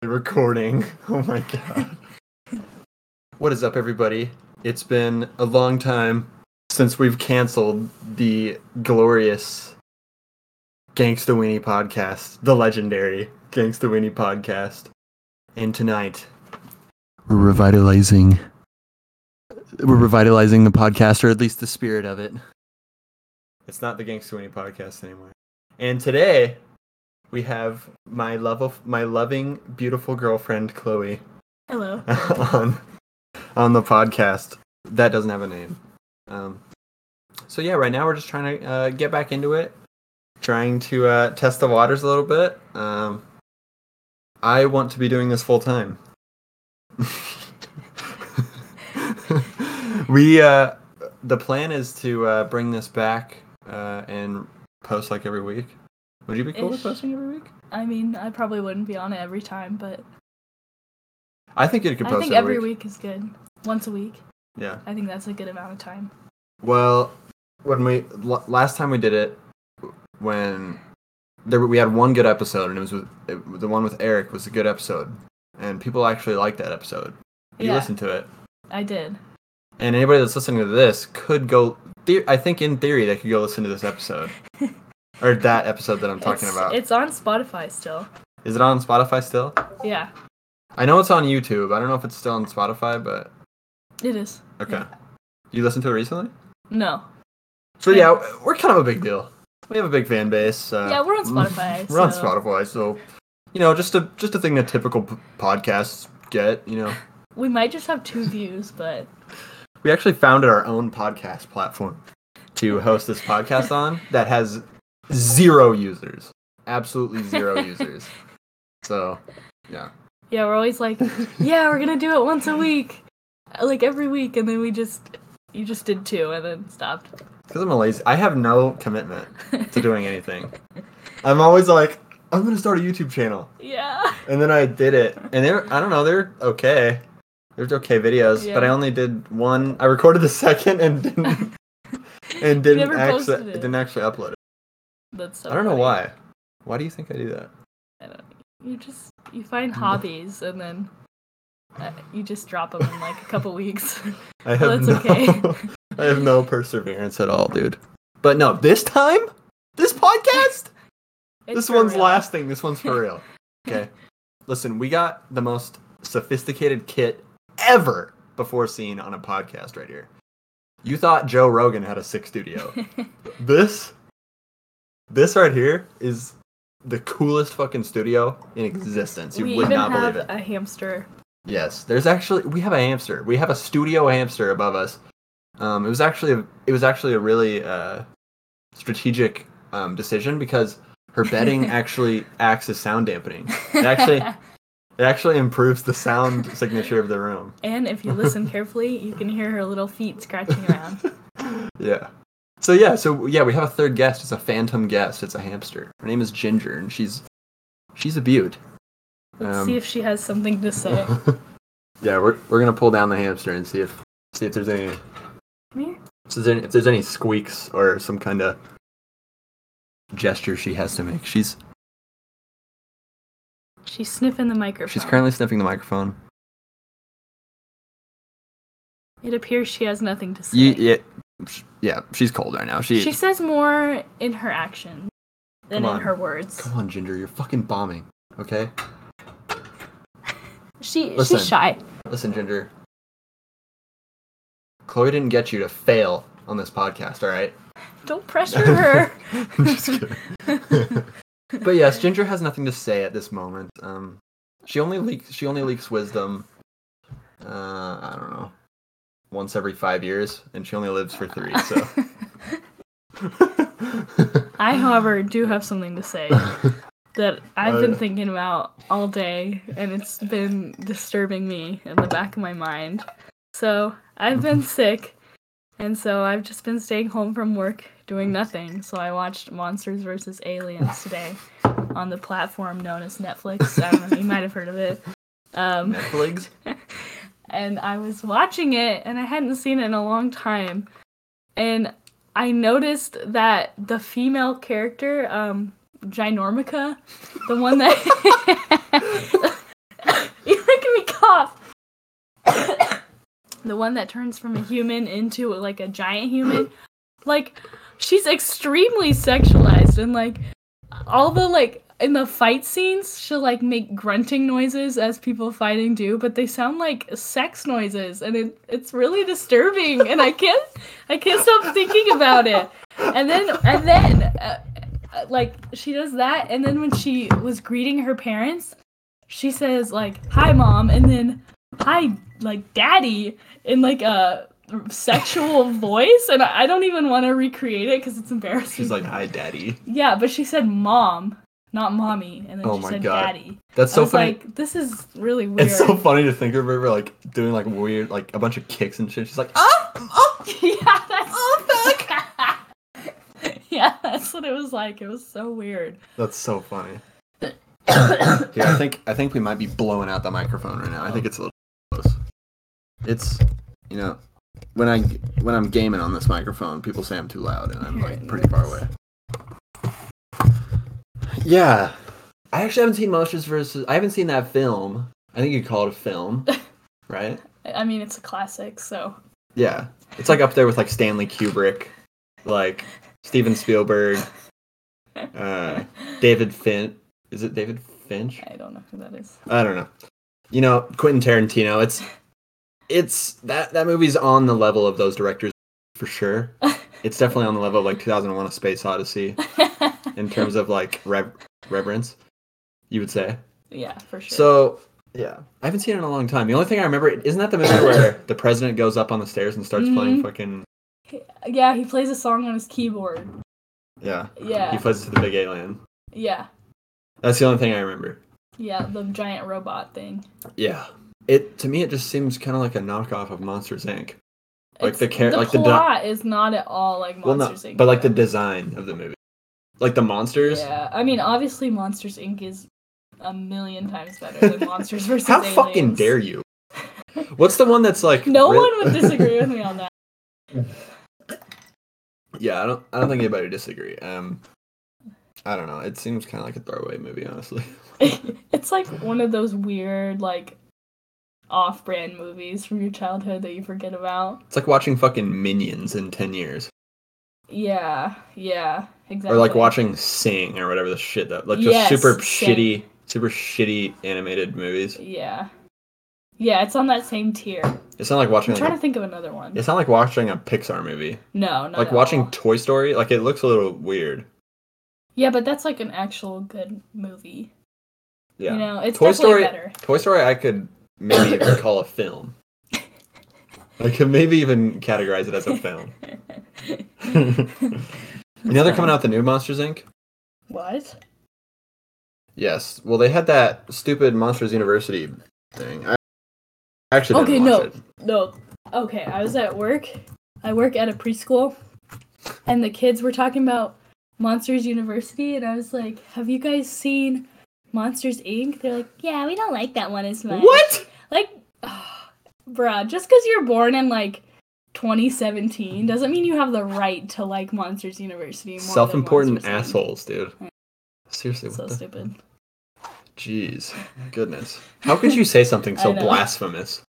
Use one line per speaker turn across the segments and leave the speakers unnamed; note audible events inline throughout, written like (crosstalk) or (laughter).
The recording. (laughs) Oh my god. what is up, everybody? It's been a long time since we've canceled the glorious Gangsta Weenie podcast, the legendary Gangsta Weenie podcast. And tonight, we're revitalizing. We're revitalizing the podcast, or at least the spirit of it. It's not the Gangsta Weenie podcast anymore. And today, we have my love of my loving beautiful girlfriend Chloe (laughs)
Hello.
on on the podcast that doesn't have a name. Um, so yeah, right now we're just trying to uh, get back into it, trying to uh, test the waters a little bit. Um, I want to be doing this full time. (laughs) we uh, the plan is to uh, bring this back uh, and post like every week. Would you be cool with
Ish.
posting every week?
I mean, I probably wouldn't be on it every time, but
I think you could post
I think every week. is good. Once a week.
Yeah.
I think that's a good amount of time.
Well, when we l- last time we did it, when there we had one good episode, and it was with, it, the one with Eric was a good episode, and people actually liked that episode. You
Yeah.
listened to it,
I did.
and anybody that's listening to this could go. The- I think in theory they could go listen to this
(laughs)
episode, or that episode that I'm talking
it's,
about.
It's on Spotify still.
Is it on Spotify still?
Yeah,
I know it's on YouTube. I don't know if it's still on Spotify, but
it is.
okay. You listened to it recently?
No.
So
Yeah.
yeah, we're kind of a big deal. We have a big fan base. Uh,
yeah, we're
(laughs)
on Spotify.
we're on
so-
Spotify, so you know, just a just a thing that typical p- podcasts get. You know,
We might just have two views, but
we actually founded our own podcast platform to host this podcast
(laughs)
on that has zero users, absolutely
(laughs)
zero users. So
yeah, we're always like, yeah, we're gonna do it once a week, Uh, like every week, and then we just, you just did two and then stopped. (laughs)
because I'm a lazy, I have no commitment to doing
(laughs)
anything. I'm always like, I'm gonna start a YouTube channel,
yeah.
and then I did it, and they're I don't know, they're okay. There's okay videos, but I
Yeah.
only did one. I recorded the (laughs) second and didn't
(laughs)
and didn't
never
actually
posted it.
didn't actually upload it.
That's so
I don't know
funny.
why. Why do you think I do that?
I don't. You just you find hobbies and then uh, you just drop them in like
(laughs)
a couple weeks.
I have
Well, that's
no,
okay.
(laughs) I have no perseverance at all, dude. But no, this time, this podcast,
It's
this
for
one's
real. (laughs)
lasting. This one's for real. Okay, listen, we got the most sophisticated kit ever before seen on a podcast right here. You thought Joe Rogan had a sick
(laughs)
studio. this this right here is the coolest fucking studio in existence. You
we
would
even
not
have
believe it.
a hamster.
Yes, there's actually we have a hamster. We have a studio hamster above us. Um, it was actually a, it was actually a really uh, strategic um, decision because her
(laughs)
bedding actually acts as sound dampening. It actually it actually improves the
(laughs)
sound signature of the room.
and if
(laughs)
you listen carefully, you can hear her little feet scratching around.
Yeah. So yeah, so yeah, we have a third guest. It's a phantom guest. It's a hamster. Her name is Ginger, and she's she's a beaut.
Let's
Um, (laughs) uh-huh.
see if she has something to say. Come
yeah, we're we're gonna pull down the hamster and see if see if there's any
here.
if there's any, if there's any squeaks or some kind of gesture she has to make. She's
She's sniffing the microphone.
she's currently sniffing the microphone.
It appears she has nothing to say.
You, yeah, sh- yeah, she's cold right now. She,
She says more in her actions than
Come
in
on.
her words.
come on, Ginger, you're fucking bombing. Okay,
She
Listen.
she's shy.
listen, Ginger. Chloe didn't get you to fail on this podcast. All right.
Don't pressure (laughs) her.
I'm just kidding. (laughs) but yes, Ginger has nothing to say at this moment. Um, she only leaks. She only leaks wisdom. Uh, I don't know, once every five years, and she only lives for three. So.
I, however, do have something to say that I've been thinking about all day, and it's been disturbing me in the back of my mind. So I've been sick, and so I've just been staying home from work doing nothing. So I watched Monsters vs. Aliens today on the platform known as Netflix. I don't know, you might have heard of it. Um,
Netflix.
and I was watching it and I hadn't seen it in a long time. And I noticed that the female (laughs) character, um, Ginormica, the one that (coughs) the one that turns from a human into like a giant human like she's extremely sexualized and like all the like in the fight scenes she'll like make grunting noises as people fighting do but they sound like sex noises and it, it's really disturbing and i can't i can't stop thinking about it and then and then uh, uh, like she does that and then when she was greeting her parents she says like hi mom and then hi like daddy in like a sexual voice and i I don't even want to recreate it because it's embarrassing
She's like, "Hi, daddy."
yeah but she said mom not mommy and then
Oh
she
my
said
God.
daddy
That's
i
so
was
funny.
like this is really weird
it's
(laughs)
so funny to think of her like doing like weird, like a bunch of kicks and shit. She's like, "Ah, ah."
yeah that's
Oh,
(laughs) yeah that's what it was like it was so weird (coughs)
That's so funny. yeah, I think I think we might be blowing out the microphone right now. I think it's a little close. It's you know when I when I'm gaming on this microphone, people say I'm too loud, and I'm like pretty far away. Yeah, I actually haven't seen Monsters versus. I haven't seen that film. I think you call it a film, right?
I- i mean it's a classic so (laughs)
Yeah, it's like up there with like Stanley Kubrick, like Steven Spielberg, uh, David Finch. Is it David Finch?
i don't know who that is (laughs)
I don't know. You know, Quentin Tarantino. It's it's that that movie's on the level of those directors for
(laughs)
sure. It's definitely on the level of like 2001: A Space Odyssey in terms of like rev- reverence. You would say
yeah for sure
so. Yeah, I haven't seen it in a long time. The only thing I remember isn't that the movie where the president goes up on the stairs and starts playing
Mhm.
fucking
yeah he plays a song on his keyboard
yeah.
yeah
He flies to the big alien.
yeah
That's the only thing I remember.
yeah the giant robot thing
Yeah. It to me it just seems kind of like a knockoff of Monsters Inc. Like
It's-
the char- like the di-
plot is not at all like
well, no,
Monsters Inc.
but like the
though.
design of the movie, like the monsters.
yeah. I mean, obviously, Monsters Inc. is a million times better
(laughs)
than Monsters versus
How
Aliens.
fucking dare you? What's the one that's like?
No
ri-
one would disagree with me on that.
(laughs)
(laughs)
yeah, I don't. I don't think anybody would disagree. Um, I don't know. It seems kind of like a throwaway movie, honestly.
it's like one of those weird like off-brand movies from your childhood that you forget about.
It's like watching fucking Minions in ten years,
Yeah. Yeah. Exactly.
or like watching Sing or whatever the shit that like just
Yes,
super
Sing.
shitty, super shitty animated movies.
Yeah. Yeah, it's on that same tier.
It's not like
I'm
watching. Like,
trying to
a-
think of another one.
it's not like watching a Pixar movie.
No, not
like
at
watching
all.
Toy Story, like it looks a little weird.
Yeah, but that's like an actual good movie.
Yeah.
You know, it's
Toy
definitely
Story-
better.
Toy Story, I could maybe (coughs) even call a film. I could maybe even categorize it as a (laughs) film. you know, they're coming out with the new Monsters Inc.
(laughs) What?
Yes. Well, they had that stupid Monsters University thing. I actually didn't
Okay,
watch
no. No. Okay, I was at work. I work at a preschool, and the kids were talking about Monsters University, and I was like, "Have you guys seen Monsters Inc?" They're like, "Yeah, we don't like that one as
it.
much."
What?
Like, (sighs) bruh, just because you're born in like 2017 doesn't mean you have the right to like Monsters University. More than
Self-important
Monsters, Inc.
assholes, dude. Seriously, what
So
the?
stupid. (laughs)
Jeez, goodness. How could you say something so
(laughs) I know.
blasphemous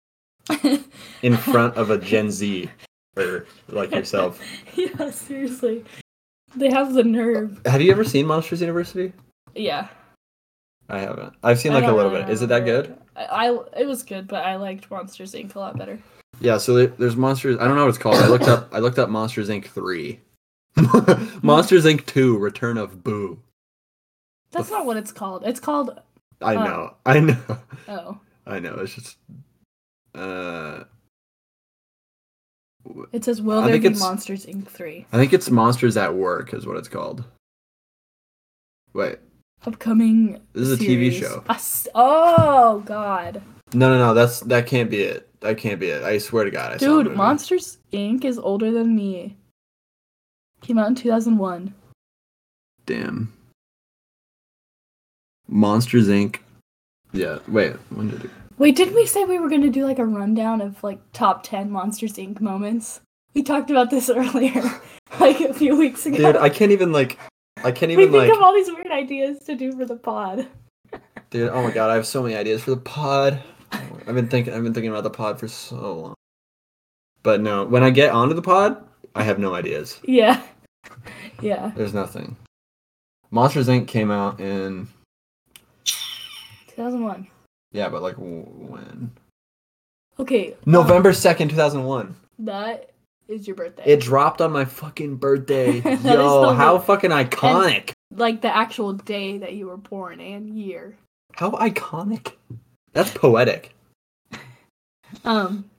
in front of a Gen Z or like
(laughs)
yourself?
yeah, seriously. They have the nerve.
Have you ever seen Monsters University?
Yeah.
I haven't. I've seen
I
like a
don't
little
really
bit. Is it that
remember
good?
I, I it was good, but I liked Monsters Inc. a lot better.
Yeah. So there, there's Monsters. I don't know what it's called. I looked up. I looked up Monsters Inc. Three. (laughs) Monsters Inc. Two: Return of Boo.
That's not what it's called. It's called
I
Oh.
know. I know.
oh,
I know. It's just. Uh,
it says Will
I
there
think
be
it's-
Monsters Inc. three
I think it's Monsters at Work is what it's called. Wait.
upcoming?
This is a TV
series.
show.
I s- oh God,
No, no, no. That's that can't be it. That can't be it. I swear to God. I saw the
dude,
movie.
Monsters Inc. is older than me. Came out in two thousand one.
Damn. Monsters Inc. Yeah. Wait. When did it?
Wait, didn't we say we were gonna do like a rundown of like top ten Monsters Inc. moments? We talked about this (laughs) earlier, like a few weeks ago.
Dude,
(laughs)
I can't even like. I can't
we
even
think
like.
of all these weird ideas to do for the pod.
Dude, oh my god, I have so many ideas for the pod. I've been thinking I've been thinking about the pod for so long. But no, when I get onto the pod, I have no ideas.
Yeah. (laughs) Yeah.
There's nothing. Monsters Inc. came out in
2001.
yeah, but like w- when
Okay. Oh. uh,
November second, two thousand one.
That is your birthday.
It dropped on my fucking birthday.
(laughs) That is
Yo,
so
how
good.
fucking iconic!
like the actual day that you were born and year.
How iconic! That's poetic.
Um,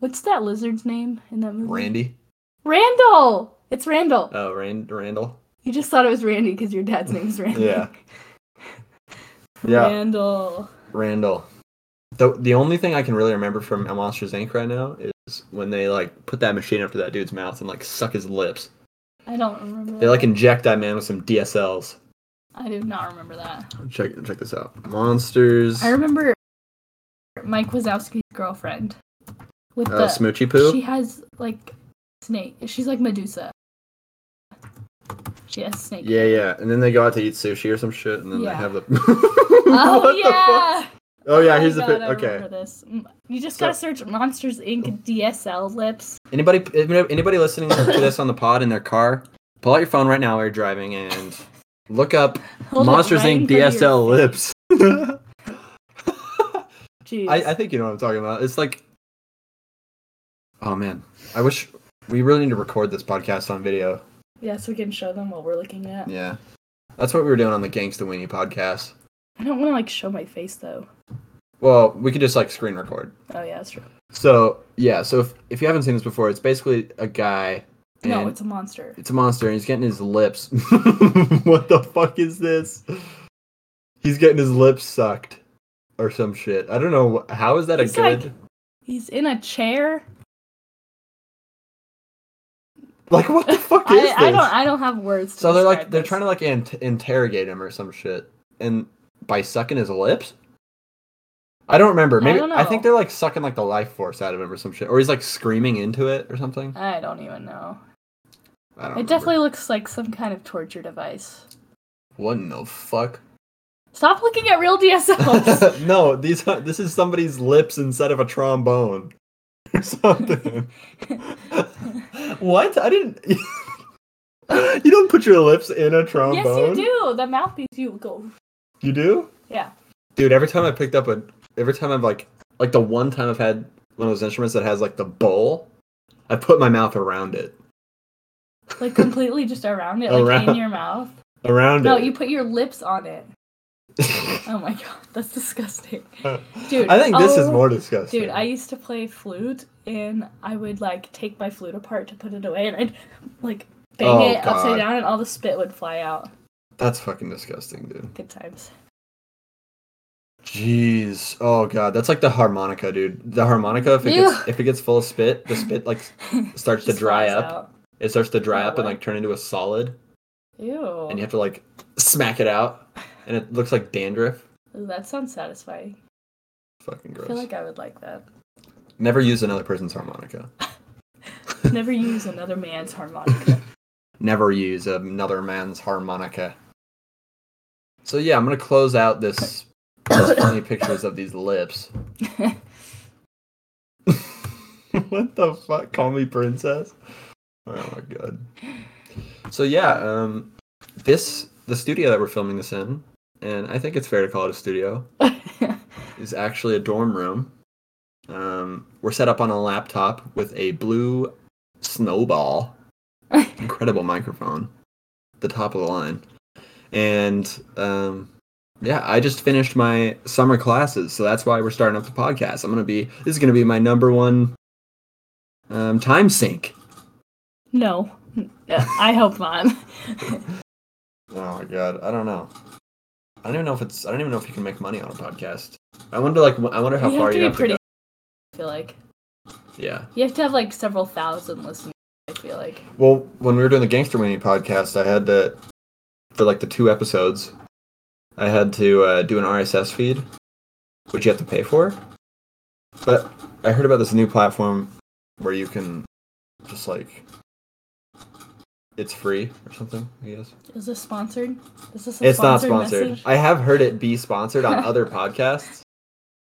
what's that lizard's name in that movie?
Randy.
Randall. It's Randall.
Oh, Rand Randall.
you just thought it was Randy because your dad's name's Randy.
Yeah. Yeah,
Randall.
Randall. The the only thing I can really remember from Monsters Inc. right now is when they like put that machine up to that dude's mouth and like suck his lips.
I don't remember.
They like
that.
inject that man with some DSLs.
I do not remember that.
Check check this out. Monsters.
I remember Mike Wazowski's girlfriend with
Uh,
the
Smoochie poo.
She has like snake. She's like Medusa. She has snake.
Yeah, yeah. And then they go out to eat sushi or some shit, and then
Yeah.
they
(laughs)
have the. (laughs) oh (laughs)
Oh yeah.
Oh yeah.
my
Here's the
God,
pic.
I
Okay.
remember This. Mm, You just
So-
gotta search Monsters Inc. DSL lips.
Anybody, anybody listening to this on the pod in their car, pull out your phone right now while you're driving and look up
Hold it
Monsters
right in
Inc.
front of your-
DSL lips. (laughs) I,
Jeez.
I think you know what I'm talking about. It's like, oh man, I wish we really need to record this podcast on video.
yeah, so we can show them what we're looking at.
Yeah, that's what we were doing on the Gangsta Weenie podcast.
I don't want to like show my face though.
Well, we could just like screen record.
Oh yeah, that's true.
So yeah, so if, if you haven't seen this before, it's basically a guy. And
no, it's a monster.
it's a monster, and he's getting his lips. (laughs) what the fuck is this? He's getting his lips sucked, or some shit. I don't know. wh- How is that a
He's
good?
He's in a chair.
Like, what the fuck is
I,
this?
I don't. I don't have words. To
so they're like
describe
they're
this.
trying to like int- interrogate him or some shit, and by sucking his lips. I don't remember.
I
Maybe I,
don't
think
know.
they're like sucking like the life force out of him or some shit, or he's like screaming into it or something.
I don't even know.
I don't.
Uh, It
remember.
definitely looks like some kind of torture device.
What in the
(laughs)
fuck?
Stop looking at
(laughs)
real (laughs) DSLs.
no, these are, this is somebody's lips instead of a trombone (laughs) or something. (laughs) what? I didn't. (laughs) you don't put your lips in a
yes,
trombone.
you do. The mouthpiece. You go.
do. You do,
Yeah.
dude. Every time I picked up a, every time I've like, like the one time I've had one of those instruments that has like the bowl, I put my mouth around it.
Like completely just around it, like
Around-
in your mouth.
(laughs) Around
No,
it. (laughs)
you put your lips on it. Oh my god, (laughs) that's disgusting. Dude,
I think this is
oh,
more disgusting.
Dude, I used to play flute and I would like take my flute apart to put it away and I'd like bang
Oh,
it
God.
upside down and all the spit would fly out.
That's fucking disgusting, dude.
Good times.
Jeez. Oh god, that's like the harmonica, dude. The harmonica if it
Ew.
gets if it gets full of spit, the spit
(laughs)
like starts to
Just
dry
flies
up.
out.
It starts to dry
Yeah,
up and
what?
like turn into a solid
Ew.
and you have to like smack it out and it looks like dandruff.
Ooh, that sounds satisfying.
Fucking
I
gross.
feel like I would like that.
Never use another person's harmonica.
(laughs) Never use another man's harmonica.
(laughs)
(laughs)
Never use another man's harmonica. So yeah, I'm going to close out this
(coughs)
these funny pictures of these
(laughs)
lips. (laughs) what the fuck? Call me princess. Oh my god. So yeah, um, this the studio that we're filming this in, and I think it's fair to call it a studio, is actually a dorm room. Um, we're set up on a laptop with a blue snowball, incredible microphone, the top of the line, and um, yeah, I just finished my summer classes, so that's why we're starting up the podcast. I'm gonna be this is gonna be my number one um, time sink.
no. Yeah, I hope not. (laughs)
Oh my god, I don't know. I don't even know if it's. I don't even know if you can make money on a podcast. I wonder, like, I wonder how
you
far
have to
you
be
have
pretty
to
I feel like.
go. Yeah.
You have to have like several thousand listeners, I feel like.
Well, when we were doing the Gangster Weenie podcast, I had to, for like the two episodes, I had to uh, do an RSS feed, which you have to pay for. But I heard about this new platform where you can just like, it's free or something, I guess.
Is this sponsored? Is this a
It's not
sponsored
sponsored.
message?
I
(laughs)
have heard it be sponsored on other podcasts.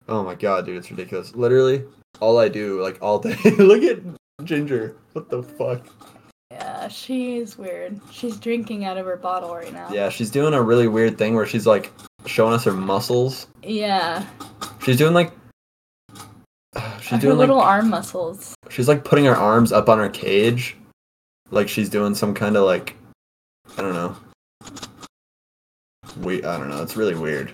Oh my god, dude, it's ridiculous. Literally, all I do like all day. (laughs) Look at Ginger. What the fuck?
Yeah, she is weird. She's drinking out of her bottle right now.
Yeah, she's doing a really weird thing where she's like showing us her muscles.
Yeah.
She's doing like (sighs) she's
her
doing like
little arm muscles.
she's like putting her arms up on her cage, like she's doing some kind of like I don't know. We I don't know. It's really
(laughs)
weird.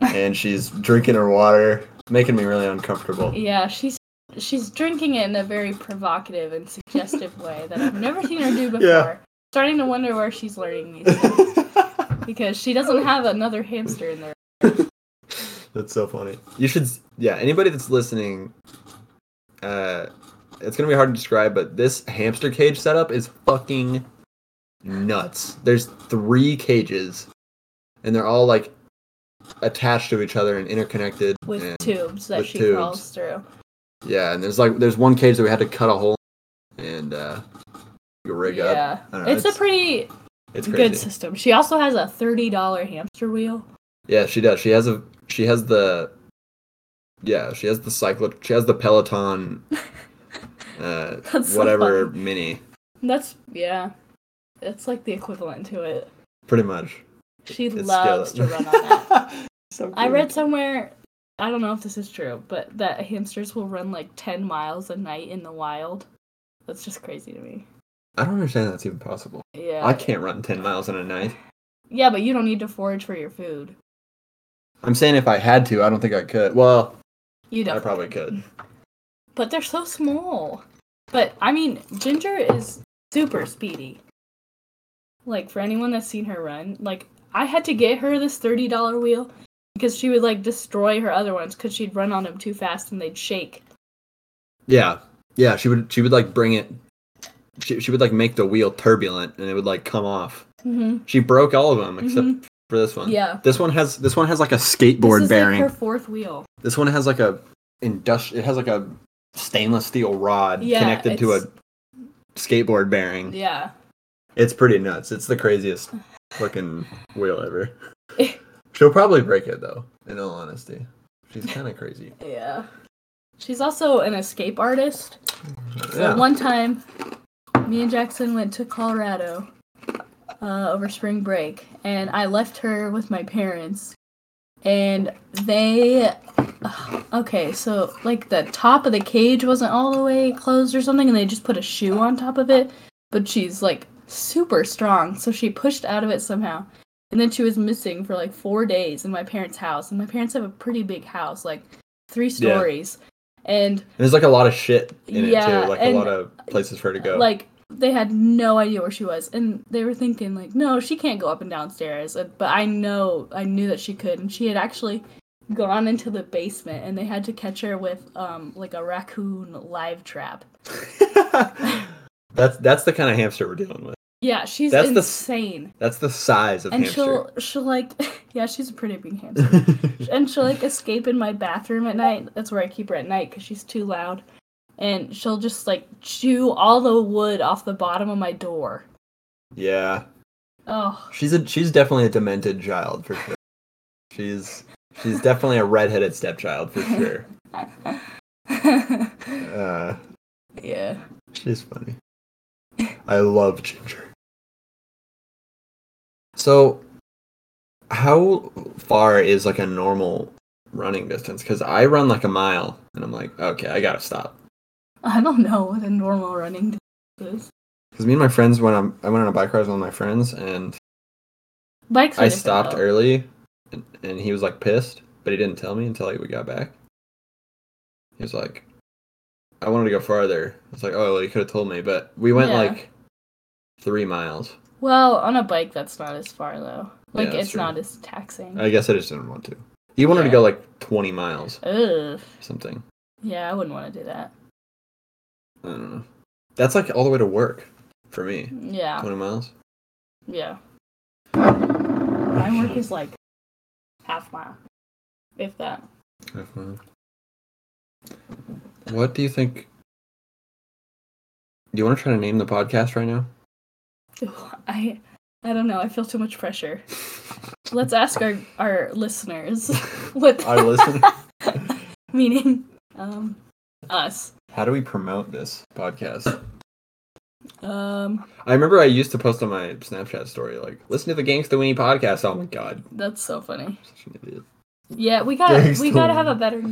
And she's drinking her water, making me really
(laughs)
uncomfortable. (laughs)
Yeah, she's she's drinking it in a very provocative and suggestive way that I've never seen her do
(laughs)
before.
Yeah.
Starting to wonder where she's learning these things because she doesn't have another hamster in there.
That's so funny. You should, yeah. Anybody that's listening, uh, it's gonna be hard to describe, but this hamster cage setup is fucking nuts. There's three cages, and they're all like attached to each other and interconnected.
with
and-
tubes that
with
she
tubes.
crawls through.
Yeah, and there's like there's one cage that we had to cut a hole in and uh, rig up.
yeah,
I don't know,
it's,
it's-
a pretty
It's crazy.
good system. She also has a thirty dollar hamster wheel. (laughs)
Yeah, she does. She has a she has the yeah she has the cycle she has the
(laughs)
Peloton uh,
That's (laughs) so
whatever mini
That's yeah, it's like the equivalent to it.
pretty much.
She
It's
loves
scale-
to run on
(laughs)
that.
So
I
cool.
read somewhere, I don't know if this is true, but that hamsters will run like ten miles a night in the wild. That's just crazy to me.
I don't understand that's even possible.
Yeah,
I can't run ten miles in a night.
yeah, but you don't need to forage for your food.
I'm saying if I had to, I don't think I could. Well,
You don't.
I probably could.
But they're so small. But I mean, Ginger is super speedy. Like for anyone that's seen her run, like I had to get her this thirty dollar wheel because she would like destroy her other ones because she'd run on them too fast and they'd shake.
Yeah, yeah. She would she would like bring it. She she would like make the wheel turbulent and it would like come off.
Mm-hmm.
She broke all of them except for this one.
Yeah.
This one has this one has like a skateboard
this is
bearing.
like her fourth wheel.
This one has like a industrial. It has like a stainless steel rod
Yeah,
connected to a
it's-
skateboard bearing.
Yeah,
It's pretty nuts. It's the craziest
(sighs)
fucking wheel ever.
Eh.
She'll probably break it though. In all honesty, she's kind of
(laughs)
crazy.
yeah. She's also an escape artist.
Yeah.
But one time, me and Jackson went to Colorado uh, over spring break, and I left her with my parents. And they. Ugh, Okay, so like the top of the cage wasn't all the way closed or something, and they just put a shoe on top of it. But she's like super strong, so she pushed out of it somehow. And then she was missing for like four days in my parents' house. And my parents have a pretty big house, like three
Yeah.
stories. And
There's like a lot of shit in it
Yeah,
too. Like
and-
a lot of places for her to go.
like they had no idea where she was and they were thinking like no she can't go up and downstairs And- but i know i knew that she could and she had actually gone into the basement and they had to catch her with um like a raccoon live trap
(laughs) that's that's the kind of hamster we're dealing with.
yeah she's
That's the-
insane
That's the size of
and
hamster.
she'll she'll like (laughs) yeah she's a pretty big
(laughs)
hamster and she'll like escape in my bathroom at night. That's where I keep her at night because she's too loud. And she'll just like chew all the wood off the bottom of my door.
yeah.
Oh, (laughs)
She's a she's definitely a demented child for sure. She's she's definitely a redheaded stepchild for
(laughs)
sure. Uh,
yeah. (laughs)
she's funny. I love Ginger. So, how far is like a normal running distance? Because I run like a mile, and I'm like, okay, I gotta stop.
I don't know what a normal running distance is.
Because me and my friends went on, I went on a bike ride with one of my friends, and
Bikes. Are
I
different,
stopped
though.
early, and, and he was like pissed, but he didn't tell me until like, we got back. He was like, "I wanted to go farther." I was like, "Oh, well, you could have told me." But we went
Yeah.
like three miles.
Well, on a bike, that's not as far though.
Yeah,
Like
that's
it's
true.
not as taxing.
I guess I just didn't want to. He wanted to
Yeah.
go like twenty miles
Ugh.
or something.
Yeah, I wouldn't want to do that.
I don't know. That's like all the way to work for me.
Yeah,
Twenty miles.
yeah. My work is like half mile, if that.
Half mile. What do you think? Do you want to try to name the podcast right now?
I I don't know. I feel too much pressure. Let's ask our our listeners (laughs) what (laughs)
Our listeners?
meaning um us.
(laughs) How do we promote this podcast?
Um,
(coughs) I remember I used to post on my Snapchat story like, "Listen to the Gangsta Weenie podcast." Oh my god,
that's so funny.
I'm such an idiot.
Yeah, we gotta we
Gangsta
gotta have a
Weenie.
better.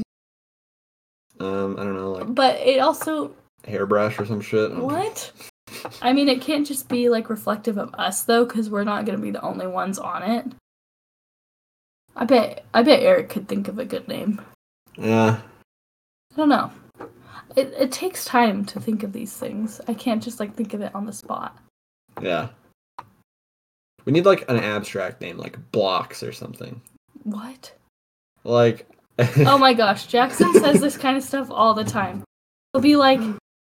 Um, I don't know, like
But it also
hairbrush or some shit. I don't know.
what? I mean, it can't just be like reflective of us though, because we're not gonna be the only ones on it. I bet I bet Eric could think of a good name.
Yeah,
I don't know. It it takes time to think of these things. I can't just like think of it on the spot.
yeah. We need like an abstract name, like blocks or something. (laughs)
What?
Like, (laughs)
Oh my gosh, Jackson says this kind of stuff all the time. He'll be like,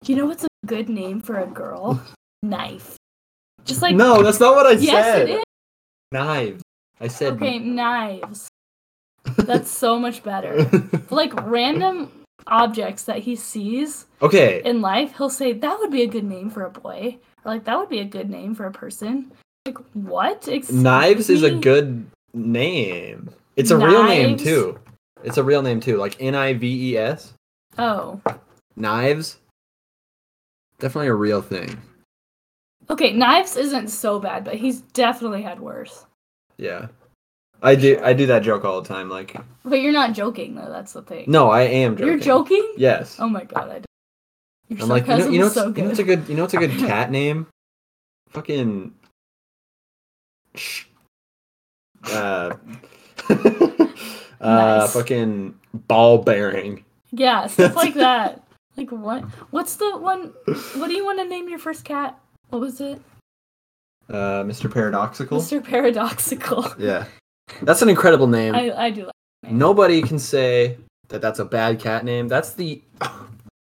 "You know what's a good name for a girl? Knife." Just like
no, that's not what I
yes,
said.
it is.
Knives. I said.
Okay, knives. That's so
(laughs)
much better. Like random objects that he sees
(laughs) okay.
in life, he'll say that would be a good name for a boy, or like that would be a good name for a person. Like what? Excuse
Knives is a
me?
good name. It's a real name
Knives?
too. It's a real name too, like N I V E S.
Oh,
Knives. Definitely a real thing.
okay. Knives isn't so bad, but he's definitely had worse.
Yeah. I do I do that joke all the time like
But you're not joking though. That's the thing.
no, I am joking.
You're joking?
Yes.
Oh my god, I don't. Your
I'm like you know,
sarcasm
you know
is so
what's- you know
good.
what's a good you know what's
(laughs)
a good cat name? Fucking Shh.
(laughs)
uh uh
Nice.
fucking ball bearing. (laughs)
yeah, stuff like that. Like what? What's the one? What do you want to name your first cat? What was it?
Uh Mr. Paradoxical.
Mr. Paradoxical.
Yeah. That's an incredible name.
I, I do. Like
Nobody can say that that's a bad cat name. That's the (laughs)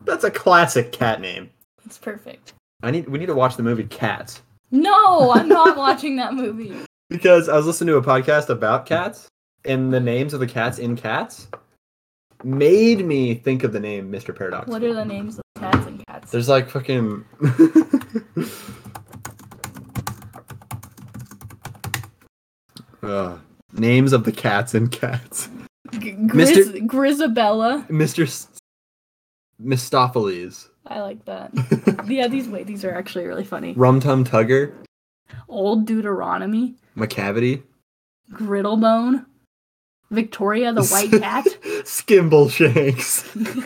That's a classic cat name.
it's perfect.
I need we need to watch the movie Cats.
No, I'm not watching that
(laughs)
movie.
Because I was listening to a podcast about cats and the names of the cats in Cats made me think of the name Mr. Paradox.
What are the names of cats and cats?
There's like fucking (laughs) Ugh. names of the cats in Cats.
G-
Mister-
Grizz- Grizzabella.
Mr. S- Mistopheles.
I like that. Yeah, these wait, these are actually really funny.
(laughs) Rum Tum Tugger,
Old Deuteronomy,
McCavity,
Griddlebone,
(laughs)
Victoria the White Cat. (laughs)
Skimble Shanks. (laughs)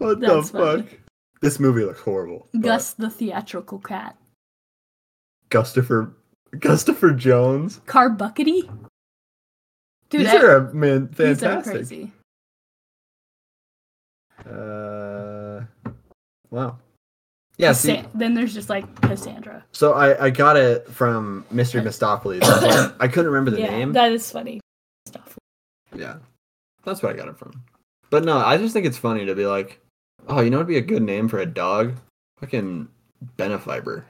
What the
That's
fuck?
funny.
This movie looks horrible. but
Gus the theatrical cat.
Gustafer Gustafer Jones.
Carbuckety? Dude,
these
that-
are a, man
these are
fantastic.
crazy.
Uh, wow. Yeah. See,
Cassa- then there's just like Cassandra.
so I, I got it from Mr. Mistopheles. I, was
(coughs)
like- I couldn't remember the
yeah,
name.
that is funny stuff.
Yeah. That's where I got it from. But no, I just think it's funny to be like, oh, you know what'd be a good name for a dog? Fucking Benefiber.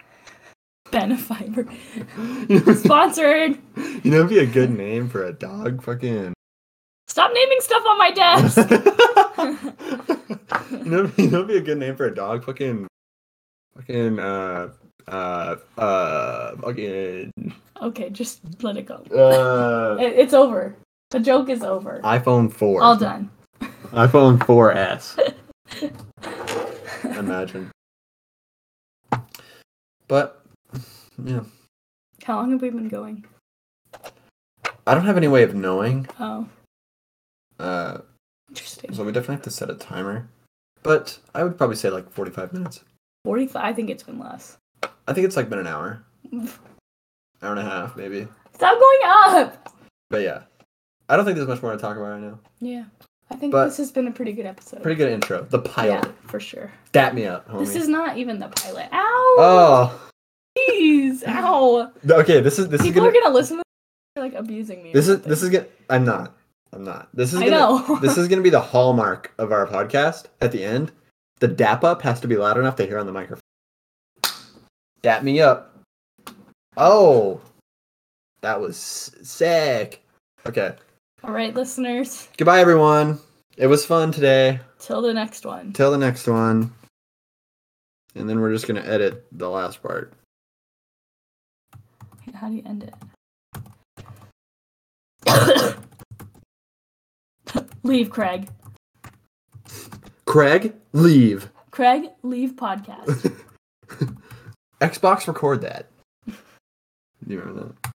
(laughs)
Benefiber.
you know
Sponsored.
what'd be a good name for a dog? Fucking
Stop naming stuff on
(laughs)
my (laughs) desk.
you know, you know, what'd be a good name for a dog. Fucking, fucking, uh, uh, uh, fucking,
okay, just let it go.
uh,
It- it's over. The joke is over.
iPhone four.
All done.
iPhone
(laughs)
4S. Imagine. But yeah,
How long have we been going?
I don't have any way of knowing.
Oh,
Uh,
interesting.
so we definitely have to set a timer. But I would probably say like 45 minutes.
45. I think it's been less.
I think it's like been an
(laughs)
hour, hour and a half maybe.
Stop going up.
But yeah, I don't think there's much more to talk about right now.
Yeah. I think
But-
this has been a pretty good episode.
Pretty good intro. The pilot.
Yeah, for sure.
Dap me up, homie.
This is not even the pilot. Ow!
oh, (laughs)
Jeez, ow!
th- okay. This is this
People
is
are
gonna.
gonna listen to this and, like abusing me.
This is this is gonna. I'm not. I'm not. This is.
I
Gonna,
know. (laughs)
(laughs) this is gonna be the hallmark of our podcast. At the end, the dap up has to be loud enough to hear on the microphone. Dap me up. Oh, that was s- sick. Okay.
All right, listeners.
Goodbye, everyone. It was fun today.
Till the next one.
Till the next one. And then we're just gonna edit the last part.
How do you end it? Leave, Craig.
Craig, leave.
Craig, leave podcast.
(laughs) Xbox, record that. You remember that?